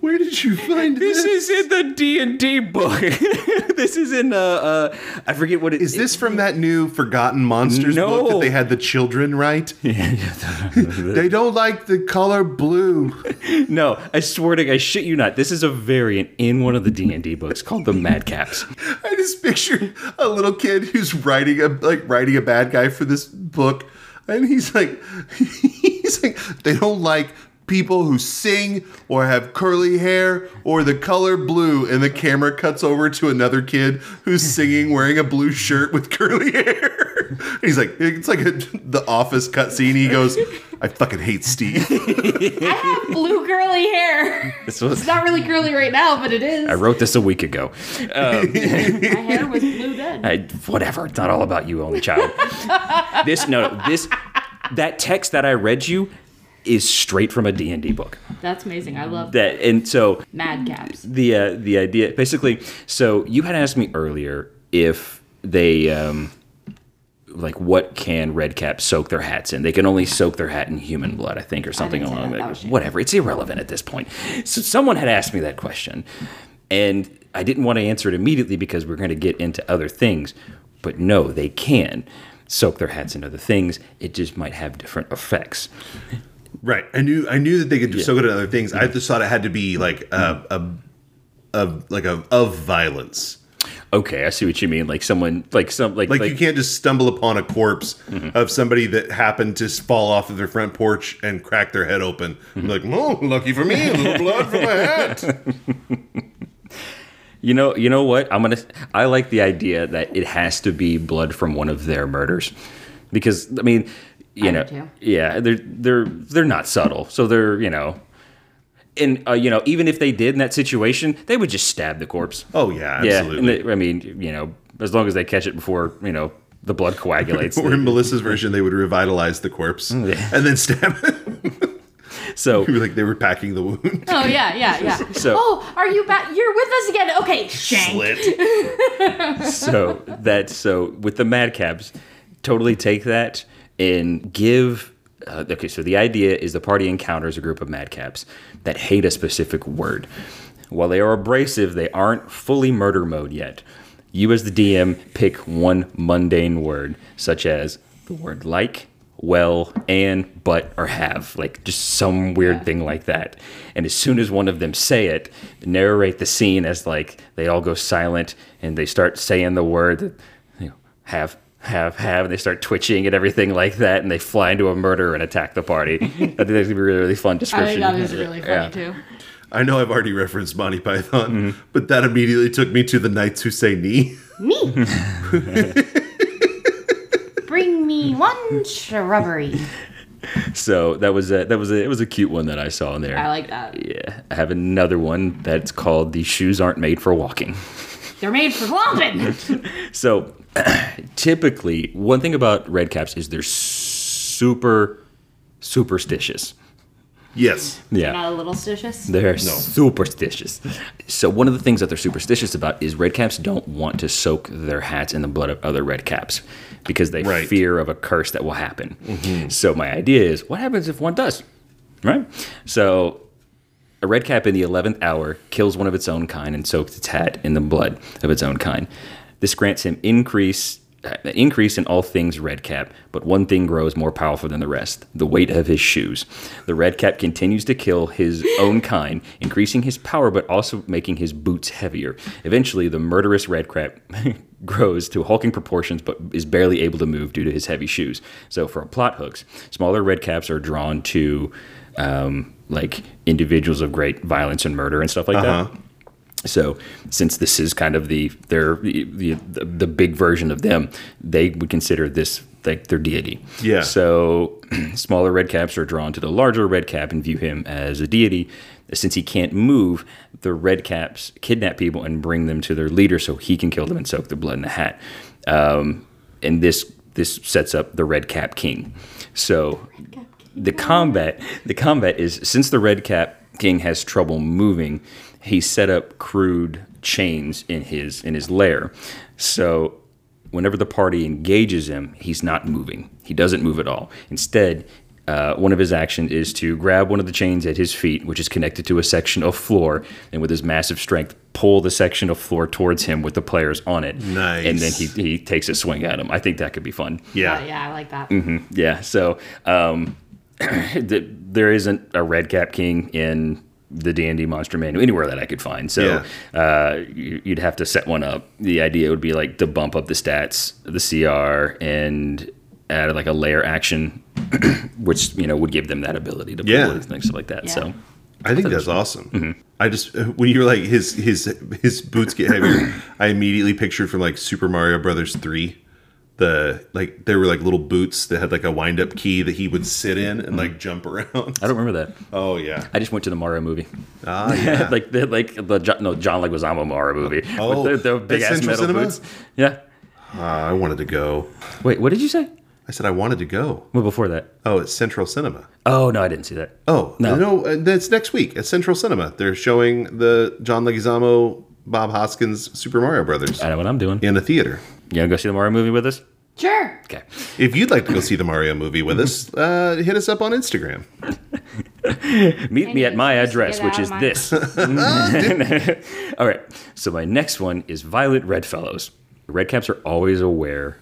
Where did you find this? this is in the D and D book. this is in uh, uh I forget what it Is this from that new Forgotten Monsters book that No. they had the children write? they don't like the color blue. No, I swear to God, I shit you not. This is a variant in one of the D and D books called the Madcaps. I just picture a little kid who's writing a like writing a bad guy for this book, and he's like, he's like, they don't like people who sing or have curly hair or the color blue. And the camera cuts over to another kid who's singing wearing a blue shirt with curly hair. he's like, it's like a, the Office cutscene. He goes, I fucking hate Steve. I have blue curly hair. This was It's not really curly right now, but it is. I wrote this a week ago. My hair was blue then. I, whatever. It's not all about you, only child. this no, no, this that text that I read you is straight from a D and D book. That's amazing. I love that. That and so Mad Caps. the uh, the idea basically. So you had asked me earlier if they um, like what can red cap soak their hats in? They can only soak their hat in human blood, I think, or something didn't say along that. that. That was shame. Whatever. It's irrelevant at this point. So someone had asked me that question, and I didn't want to answer it immediately because we're going to get into other things. But no, they can soak their hats in other things. It just might have different effects. Right. I knew I knew that they could do so good at other things. I just thought it had to be like a, a, a like a of violence. Okay, I see what you mean. Like someone, like some, like like, Mm-hmm. you can't just stumble upon a corpse of somebody that happened to fall off of their front porch and crack Mm-hmm. their head open. Be Like, oh, lucky for me, a little blood from my hat. You know, you know what? I'm gonna. I like the idea that it has to be blood from one of their murders, because I mean, you I do know, too. yeah, they're they're they're not subtle, so they're you know, and uh, you know, even if they did in that situation, they would just stab the corpse. Oh yeah, yeah, and absolutely. they- I mean, you know, as long as they catch it before you know the blood coagulates. or in Melissa's version, they would revitalize the corpse and then stab it. so like they were packing the wound. Oh yeah, yeah, yeah. So- oh, are you back? You're with us again. Okay, shank. Slit. so that so with the madcaps totally take that and give uh, okay so the idea is the party encounters a group of madcaps that hate a specific word while they are abrasive they aren't fully murder mode yet you as the dm pick one mundane word such as the word like well and but or have like just some weird thing like that and as soon as one of them say it narrate the scene as like they all go silent and they start saying the word that you know, have have have and they start twitching and everything like that and they fly into a murder and attack the party i think that's gonna be a really really fun I think description that is really funny Yeah. too. I know I've already referenced Monty Python, but that immediately took me to the Knights Who Say Knee. Me. Bring me one shrubbery. so that was a, that was a, it was a cute one that i saw in there I like that. yeah i have another one that's called the shoes aren't made for walking They're made for flopping. So typically, one thing about red caps is they're super superstitious. Yes. Not a little stitious. They're superstitious. So one of the things that they're superstitious about is red caps don't want to soak their hats in the blood of other red caps because they Right. fear of a curse that will happen. So my idea is, what happens if one does? Right? So a red cap in the 11th hour kills one of its own kind and soaks its hat in the blood of its own kind. This grants him increase uh, increase in all things red cap, but one thing grows more powerful than the rest, the weight of his shoes. The red cap continues to kill his own kind, increasing his power but also making his boots heavier. Eventually, the murderous red cap grows to hulking proportions but is barely able to move due to his heavy shoes. So for plot hooks, smaller red caps are drawn to um, like individuals of great violence and murder and stuff like that. So, since this is kind of the their the, the, the big version of them, they would consider this like their deity. Yeah. So, smaller red caps are drawn to the larger red cap and view him as a deity. Since he can't move, the red caps kidnap people and bring them to their leader so he can kill them and soak their blood in the hat. Um, and this this sets up the red cap king. So the combat the combat is since the red cap king has trouble moving he set up crude chains in his in his lair so whenever the party engages him he's not moving he doesn't move at all instead uh, one of his actions is to grab one of the chains at his feet, which is connected to a section of floor, and with his massive strength, pull the section of floor towards him with the players on it. Nice. And then he, he takes a swing at him. I think that could be fun. Yeah. Oh, yeah, I like that. Mm-hmm. Yeah. So um, th- there isn't a red cap king in the D and D monster manual anywhere that I could find. So uh, you- you'd have to set one up. The idea would be like to bump up the stats, the CR, and add like a layer action, which you know would give them that ability to Yeah. pull and things like that. Yeah. So I think that's awesome. I just when you were like his his his boots get heavier, I immediately pictured from like Super Mario Brothers three, the like there were like little boots that had like a wind up key that he would sit in and like jump around. I don't remember that. Oh yeah. I just went to the Mario movie. Ah yeah. like the like the Jo- no John Leguizamo Mario movie Oh, with the, the at big ass Central metal Cinema? boots. Yeah. Ah, I wanted to go. Wait, what did you say? I said I wanted to go. Well, before that. Oh, it's Central Cinema. Oh no, I didn't see that. Oh No. no, uh, that's next week at Central Cinema. They're showing the John Leguizamo, Bob Hoskins Super Mario Brothers I know what I'm doing. in a theater. You gonna go see the Mario movie with us? Sure. Okay. If you'd like to go see the Mario movie with us, uh, hit us up on Instagram. Meet me need at my to just address, get which out is of my- this. All right. So my next one is Violet Redfellows. Redcaps are always aware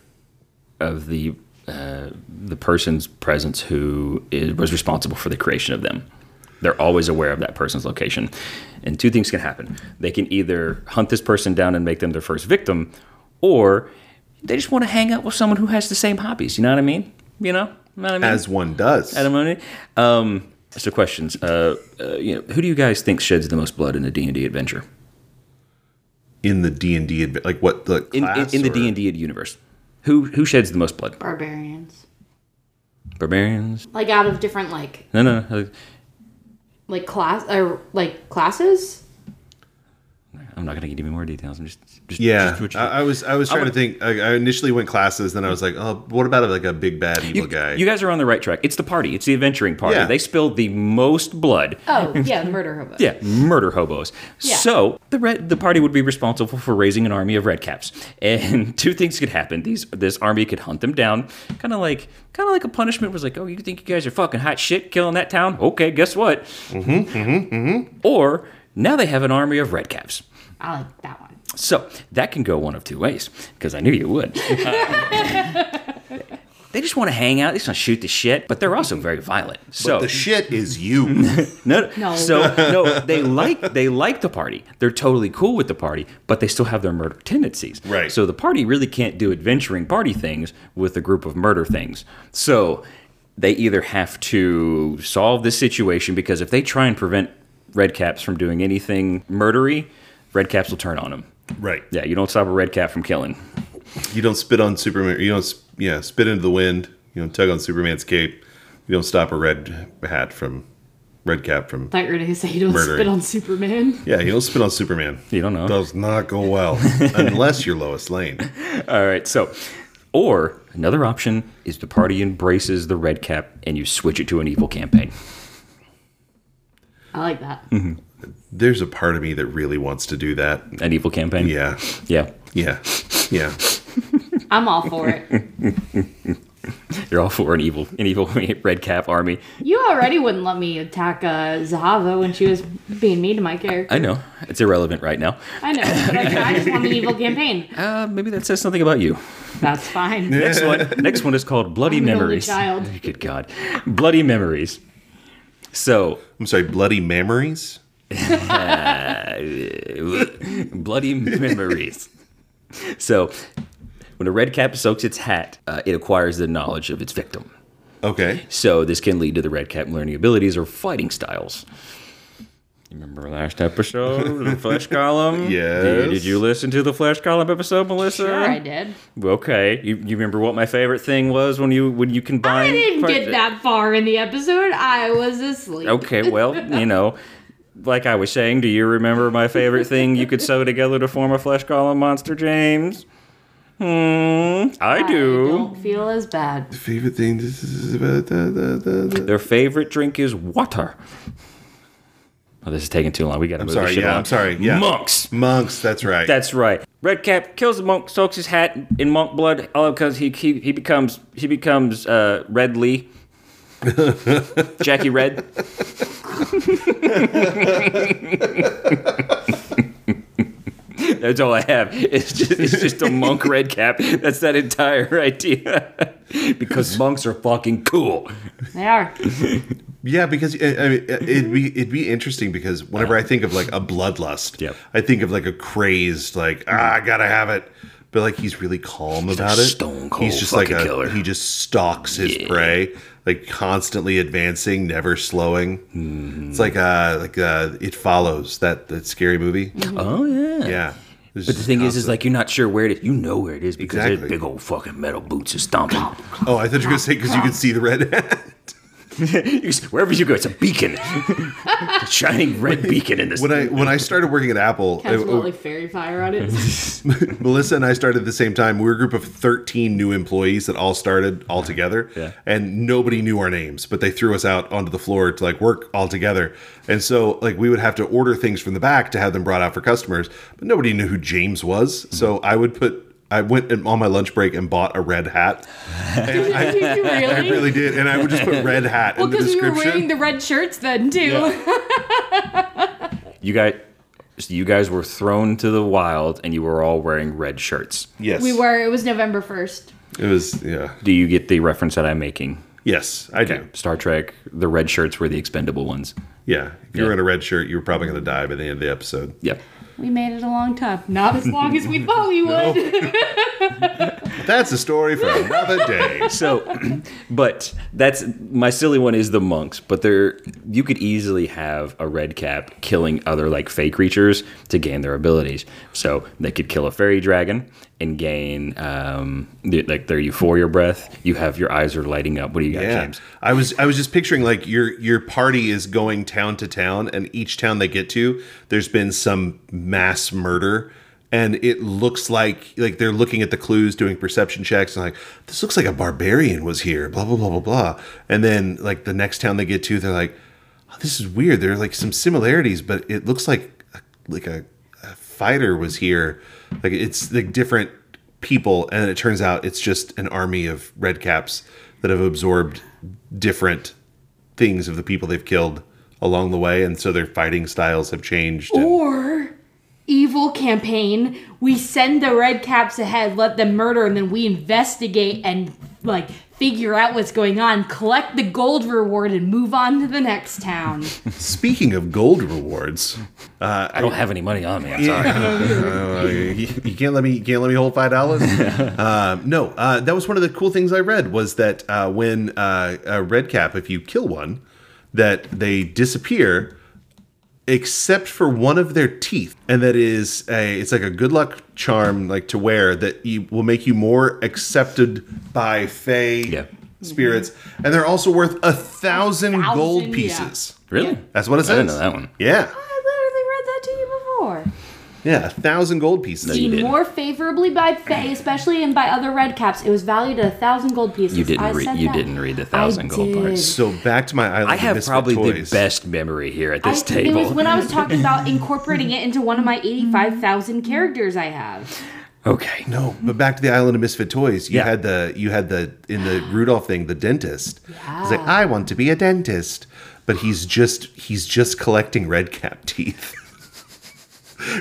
of the uh, the person's presence who is, was responsible for the creation of them. They're always aware of that person's location, and two things can happen: they can either hunt this person down and make them their first victim, or they just want to hang out with someone who has the same hobbies. You know what I mean? You know, You know what I mean? As one does. Edamame. Um, so questions. Uh, uh, you know, who do you guys think sheds the most blood in a D and D adventure? in the D and D like what the in, in, class in the or- D and D universe. Who who sheds the most blood? Barbarians. Barbarians? Like out of different like No, no, no. like class or like classes. I'm not gonna give you more details. I'm just, just Yeah, just what you- I, I was I was trying would- to think. I, I initially went classes, then I was like, oh, what about like a big bad evil you, guy? you guys are on the right track. It's the party. It's the adventuring party. Yeah. They spilled the most blood. Oh yeah, the murder hobo. Yeah, murder hobos. Yeah. So the red, the party would be responsible for raising an army of redcaps, and two things could happen. These this army could hunt them down, kind of like kind of like a punishment was like, oh, you think you guys are fucking hot shit killing that town? Okay, guess what? Mm-hmm, mm-hmm, mm-hmm. Or now they have an army of redcaps. I like that one. So that can go one of two ways, because I knew you would. Uh, they just want to hang out. They just want to shoot the shit, but they're also very violent. So the shit is you. no, No. So no, they like they like the party. They're totally cool with the party, but they still have their murder tendencies. Right. So the party really can't do adventuring party things with a group of murder things. So they either have to solve this situation because if they try and prevent redcaps from doing anything murdery, redcaps will turn on them. right. Yeah, you don't stop a red cap from killing. You don't spit on Superman. You don't. s- Yeah, spit into the wind. You don't tug on Superman's cape. You don't stop a red hat from red cap from. Thought you were gonna say you don't Murder. spit on Superman. Yeah, you don't spit on Superman. You don't know. Does not go well unless you're Lois Lane. All right, so or another option is the party embraces the red cap and you switch it to an evil campaign. I like that. There's a part of me that really wants to do that. An evil campaign. Yeah, Yeah. yeah, yeah. I'm all for it. You're all for an evil an evil red cap army. You already wouldn't let me attack uh, Zahava when she was being mean to my character. I know. It's irrelevant right now. I know. Like, I just want the evil campaign. Uh, maybe that says something about you. That's fine. Next one. Next one is called Bloody I'm an only Memories. child. Good God. Bloody Memories. So I'm sorry. Bloody memories. bloody memories. So, when a red cap soaks its hat, uh, it acquires the knowledge of its victim. Okay. So, this can lead to the red cap learning abilities or fighting styles. You Remember last episode, the flesh column? Yes. Did, did you listen to the flesh column episode, Melissa? Sure, I did. Okay. You, you remember what my favorite thing was when you when you combined? I didn't get that far in the episode. I was asleep. Okay. Well, you know, like I was saying, do you remember my favorite thing you could sew together to form a flesh column monster, James? Hmm. I I do. don't feel as bad. Favorite thing. This is about the, the, the, Their favorite drink is water. Oh, this is taking too long. We got to move sorry, this shit yeah, along. I'm sorry, yeah. Monks. Monks, that's right. That's right. Red Cap kills the monk, soaks his hat in monk blood, all because he, he he becomes he becomes uh, Red Lee, Jackie Red. That's all I have. It's just it's just a monk red cap. That's that entire idea. because monks are fucking cool. They are. yeah, because uh, I mean, Mm-hmm. uh, it'd be it'd be interesting because whenever I think of like a bloodlust, Yep. Mm-hmm. I think of like a crazed, like ah, I gotta have it. But like he's really calm about it. stone cold He's just like fucking a killer. he just stalks his prey, like constantly advancing, never slowing. It's like Mm-hmm. uh like uh it follows that that scary movie. Oh yeah. Yeah. But The thing is, is like you're not sure where it is. You know where it is because there's Exactly. big old fucking metal boots is stomping. oh, I thought you were gonna say because you could see the red hat. You s- Wherever you go, it's a beacon, A shining red beacon in this. when I when I started working at Apple, Has it- smelled like fairy fire on it. Melissa and I started at the same time. We were a group of 13 new employees that all started all together. Yeah. And nobody knew our names, but they threw us out onto the floor to like work all together. And so like we would have to order things from the back to have them brought out for customers, but nobody knew who James was. So I would put I went and- on my lunch break and bought a red hat. And I, Did you I really? really did. And I would just put red hat in the Because we were description. wearing the red shirts then too. you guys, so you guys were thrown to the wild, and you were all wearing red shirts. yes. We were. It was November first. It was yeah. Do you get the reference that I'm making? Yes, I do. Star Trek, the red shirts were the expendable ones. Yeah. If you were Yeah. in a red shirt, you were probably gonna die by the end of the episode. Yep. We made it a long time. Not as long as we thought we would. That's a story for another day. So, but that's my silly one is the monks, but they're you could easily have a red cap killing other like fey creatures to gain their abilities. So they could kill a fairy dragon and gain um, the, like their euphoria breath. You have your eyes are lighting up. What do you got, Yeah, James? I was I was just picturing like your your party is going town to town, and each town they get to, there's been some mass murder, and it looks like like they're looking at the clues, doing perception checks, and like this looks like a barbarian was here, blah blah blah blah blah, and then like the next town they get to, they're like, oh, this is weird. There are like some similarities, but it looks like like a, a fighter was here, like it's like different people and it turns out it's just an army of red caps that have absorbed different things of the people they've killed along the way and so their fighting styles have changed and- Or evil campaign. We send the red caps ahead, let them murder, and then we investigate and like figure out what's going on, collect the gold reward, and move on to the next town. speaking of gold rewards I don't have any money on me. I'm sorry. Uh, you, you can't let me you can't let me hold five dollars. um, no, uh, that was one of the cool things I read was that uh, when uh, a red cap, if you kill one, that they disappear, except for one of their teeth, and that is a it's like a good luck charm like to wear that you, will make you more accepted by Fey Yeah. spirits, and they're also worth a thousand, thousand, gold yeah. pieces. Really? That's what it I says. didn't know that one. Yeah, I literally read that to you before. yeah, a thousand gold pieces. you Seen didn't. more favorably by Faye, especially and by other red caps. It was valued at a thousand gold pieces. You didn't I read- said you that. didn't read the 1,000 I gold part. did. So back to my island. I of have misfit probably toys. the best memory here at this I- It table. was when I was talking about incorporating it into one of my 85,000 characters I have. okay. No, but back to the island of misfit toys. You Yeah. had the you had the in the Rudolph thing the dentist. He's like, Yeah. I want to be a dentist, but he's just he's just collecting red cap teeth.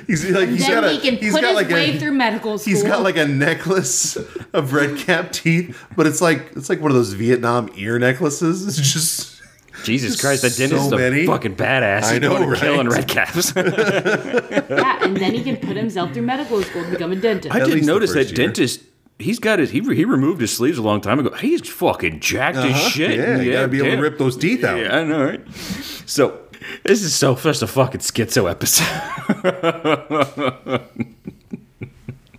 he's like he's then got a he can he's put got his like way a through medical school. he's got like a necklace of red cap teeth, but it's like it's like one of those Vietnam ear necklaces. It's just Jesus Christ, that dentist So is many. a fucking badass. I He's know, going and right? Killing red caps. yeah, and then he can put himself through medical school to become a dentist. I didn't least the notice that first year. dentist. He's got his. He, he removed his sleeves a long time ago. He's fucking jacked as shit. Uh-huh. yeah, you gotta be able damn. to rip those teeth out. Yeah, I know, right? So this is so such a fucking schizo episode.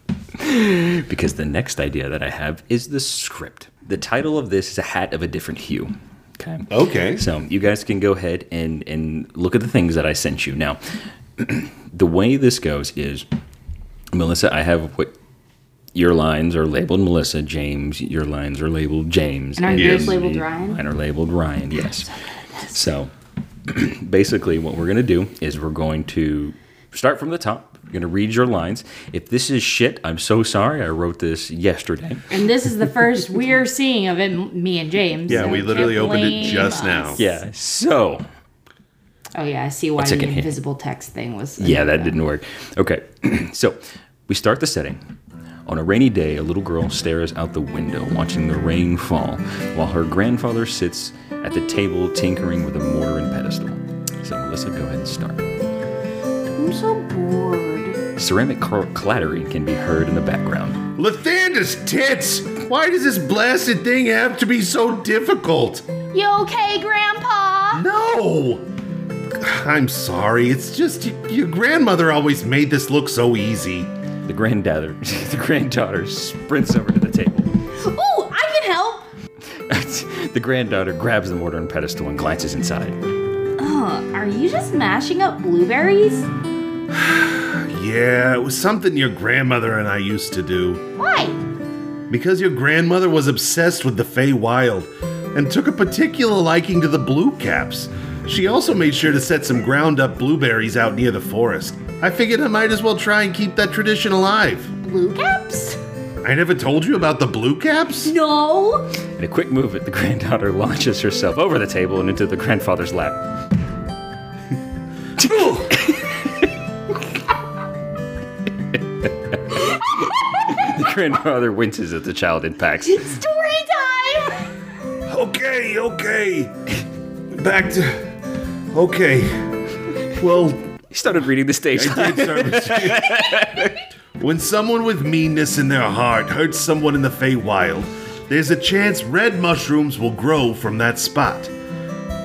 because the next idea that I have is the script. The title of this is a hat of a different hue. Okay. Okay. So you guys can go ahead and and look at the things that I sent you. Now, the way this goes is, Melissa, I have what your lines are labeled Melissa. James, your lines are labeled James. And are yours labeled Ryan? Mine are labeled Ryan. Yes. So basically, what we're gonna do is we're going to start from the top. You're gonna read your lines. If this is shit, I'm so sorry. I wrote this yesterday. And this is the first we're seeing of it, m- me and James. Yeah, so we can't literally opened it blame just us. now. Yeah. So Oh, yeah, I see why the second here. invisible text thing was. Yeah, that didn't work. Okay, so we start the setting. On a rainy day, a little girl stares out the window, watching the rain fall, while her grandfather sits at the table tinkering with a mortar and pedestal. So, Melissa, go ahead and start. I'm so bored. Ceramic cl- clattering can be heard in the background. Lathander's tits! Why does this blasted thing have to be so difficult? You okay, Grandpa? No! I'm sorry, it's just y- your grandmother always made this look so easy. The granddaughter, the granddaughter sprints over to the table. Oh, I can help. the granddaughter grabs the mortar and pedestal and glances inside. Uh, are you just mashing up blueberries? Yeah, it was something your grandmother and I used to do. Why? Because your grandmother was obsessed with the Fey Wild and took a particular liking to the blue caps. She also made sure to set some ground up blueberries out near the forest. I figured I might as well try and keep that tradition alive. Blue caps? I never told you about the blue caps? No. In a quick movement, the granddaughter launches herself over the table and into the grandfather's lap. the grandfather winces at the child in packs. Story time. Okay, okay. Back to. Okay. Well, He started reading the stage. I did start with- When someone with meanness in their heart hurts someone in the Feywild, there's a chance red mushrooms will grow from that spot.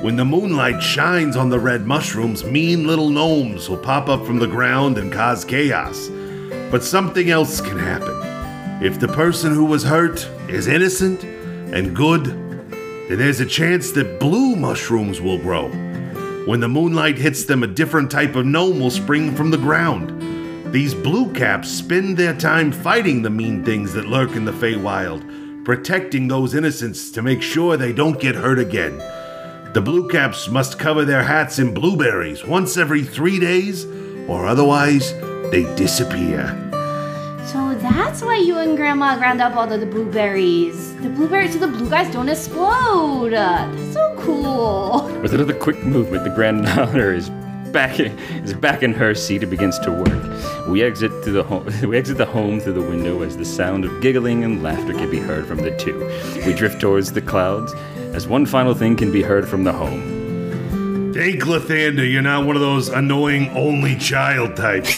When the moonlight shines on the red mushrooms, mean little gnomes will pop up from the ground and cause chaos. But something else can happen. If the person who was hurt is innocent and good, then there's a chance that blue mushrooms will grow. When the moonlight hits them, a different type of gnome will spring from the ground. These blue caps spend their time fighting the mean things that lurk in the Feywild, protecting those innocents to make sure they don't get hurt again. The blue caps must cover their hats in blueberries once every three days, or otherwise they disappear. So that's why you and Grandma ground up all the, the blueberries. The blueberries so the blue guys don't explode. That's so cool. With another quick movement, the Grand Honor is back in, is back in her seat and begins to work. We exit through the home, we exit the home through the window as the sound of giggling and laughter can be heard from the two. We drift towards the clouds as one final thing can be heard from the home. Thank Lathander, you're not one of those annoying only child types.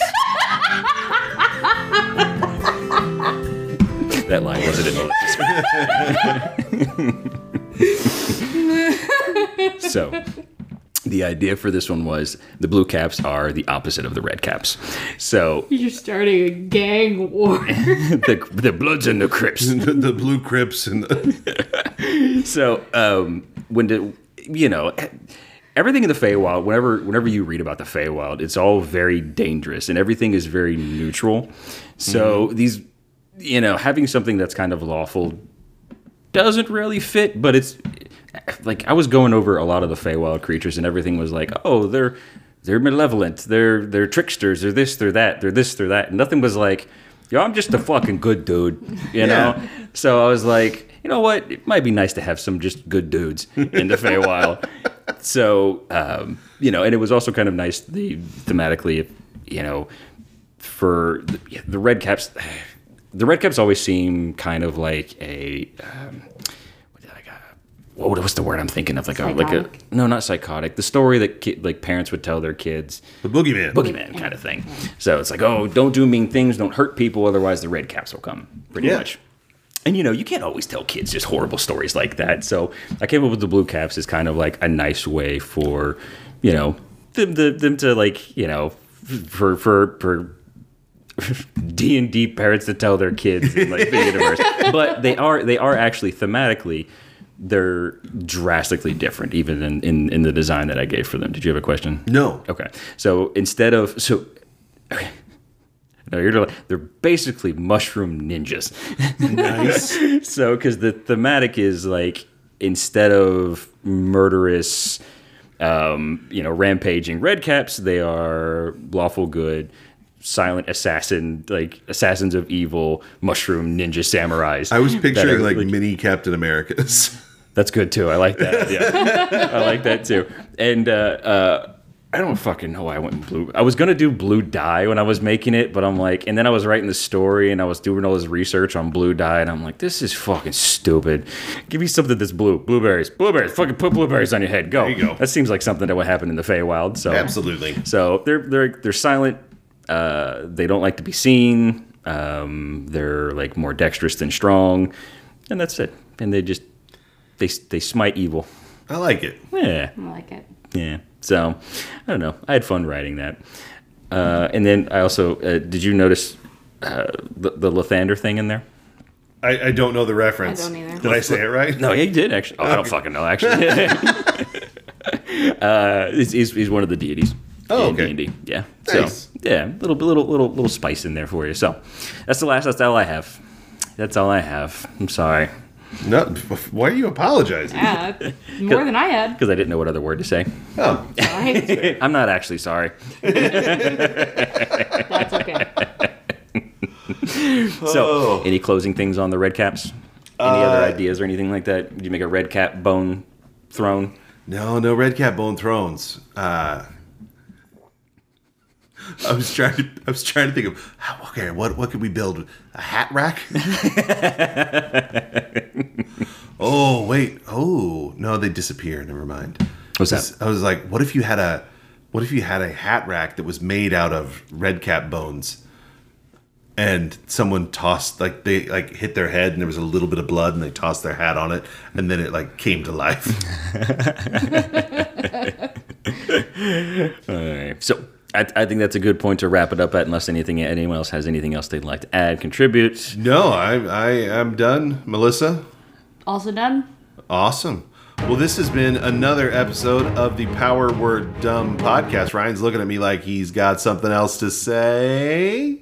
That line wasn't in the list. so the idea for this one was the blue caps are the opposite of the red caps. So You're starting a gang war. the, the Bloods and the Crips. the, the blue crips and the, So um, when the, you know everything in the Feywild, whenever whenever you read about the Feywild, it's all very dangerous and everything is very neutral. So these you know having something that's kind of lawful doesn't really fit, but it's like I was going over a lot of the Feywild creatures and everything was like, oh, they're they're malevolent, they're they're tricksters, they're this, they're that, they're this, they're that. And nothing was like, yo, I'm just a fucking good dude, you know. So I was like, you know what? It might be nice to have some just good dudes in the Feywild. so um, you know, and it was also kind of nice the thematically, you know, for the, yeah, the red caps. The red caps always seem kind of like a um, like a what what's the word I'm thinking of like a like Psychotic? a no not psychotic the story that ki- like parents would tell their kids the boogeyman. boogeyman kind of thing. So it's like, oh, don't do mean things, don't hurt people, otherwise the red caps will come, pretty Yeah. much. And you know, you can't always tell kids just horrible stories like that. So I came up with the blue caps as kind of like a nice way for, you know, them to, them to like, you know, for for for D and D parents to tell their kids in like the universe, but they are they are actually thematically they're drastically different even in, in in the design that I gave for them. Did you have a question? No. Okay. So instead of so, okay. no, you're not- they're basically mushroom ninjas. Nice. so because the thematic is like instead of murderous, um, you know, rampaging redcaps, they are lawful good. Silent assassin, like assassins of evil, mushroom ninja samurais. I was that picturing are, like mini Captain Americas. that's good too. I like that. Yeah, I like that too. And uh, uh, I don't fucking know why I went blue. I was gonna do blue dye when I was making it, but I'm like, and then I was writing the story and I was doing all this research on blue dye, and I'm like, this is fucking stupid. Give me something that's blue. Blueberries. Blueberries. Fucking put blueberries on your head. Go. you go. That seems like something that would happen in the Feywild. Oh. So Absolutely. so they're they're they're silent. Uh, they don't like to be seen. Um, they're like more dexterous than strong, and that's it. And they just they they smite evil. I like it. Yeah, I like it. yeah. So I don't know. I had fun writing that. Uh, and then I also uh, did you notice uh, the, the Lathander thing in there? I, I don't know the reference. I don't either. Did I say it right? No, yeah, you did actually. Oh, I don't fucking know actually. uh, he's, he's, he's one of the deities. Oh, in okay. D&D. Yeah. Nice. So yeah, little little little little spice in there for you. So that's the last. That's all I have. That's all I have. I'm sorry No. Why are you apologizing? Yeah, more than I had. because I didn't know what other word to say. Oh, Right? I'm not actually sorry. That's okay. Oh. So any closing things on the red caps? Any other Uh, ideas or anything like that? Did you make a red cap bone throne? no, no red cap bone thrones. Uh, I was trying to. I was trying to think of how- okay, what what could we build? A hat rack? oh wait. Oh no, they disappear. Never mind. What's Because I was like, what if you had a, what if you had a hat rack that was made out of red cap bones? and someone tossed like they like hit their head and there was a little bit of blood and they tossed their hat on it and then it like came to life. All right. So I, I think that's a good point to wrap it up at, unless anything anyone else has anything else they'd like to add, contribute. no, I I am done, Melissa. Also done. Awesome. Well, this has been another episode of the Power Word Dumb podcast. Ryan's looking at me like he's got something else to say.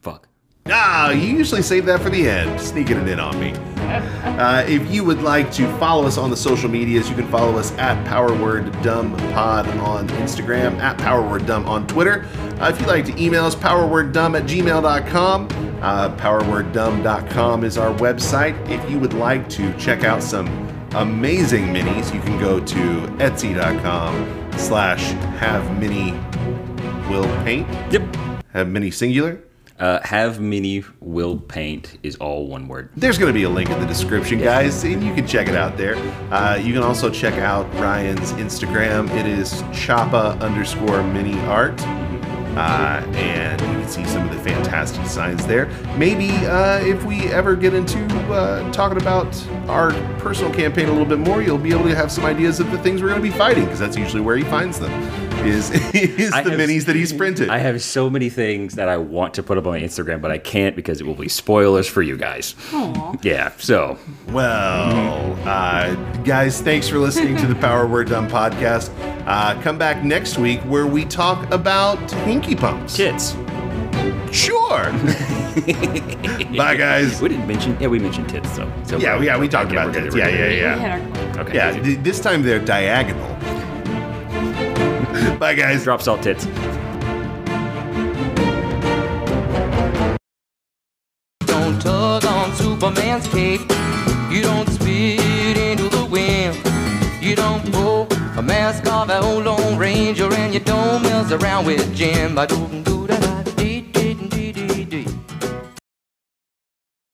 Fuck. Ah, you usually save that for the end, sneaking it in on me. Uh, if you would like to follow us on the social medias, you can follow us at Power Word Dumb Pod on Instagram, at Power Word Dumb on Twitter. Uh, if you'd like to email us, powerworddumb at gmail.com. Uh, powerworddumb.com is our website. If you would like to check out some amazing minis, you can go to etsy.com slash have mini will paint, Yep. have mini singular. Uh, have mini will paint is all one word. There's going to be a link in the description, guys, and you can check it out there. Uh, you can also check out Ryan's Instagram. It is choppa underscore mini art. Uh, and you can see some of the fantastic designs there. Maybe uh, if we ever get into uh, talking about our personal campaign a little bit more, you'll be able to have some ideas of the things we're going to be fighting, because that's usually where he finds them. Is is the I have- minis that he's printed? I have so many things that I want to put up on my Instagram, but I can't because it will be spoilers for you guys. Yeah, so Well, uh, guys, thanks for listening to the Power Word Dumb podcast. Uh, come back next week where we talk about hinky pumps. tits. Sure. Bye, guys. We didn't mention. Yeah, we mentioned tits though. So Yeah, yeah, we talked about that. tits. Yeah, yeah, We yeah. hit our- Okay. Yeah, th- this time they're diagonal. Bye, guys. Drop salt tits. Don't tug on Superman's cape. You don't spit into the wind. You don't pull a mask off an old Lone Ranger, and you don't mess around with Jim. Ba-doom-doo-da,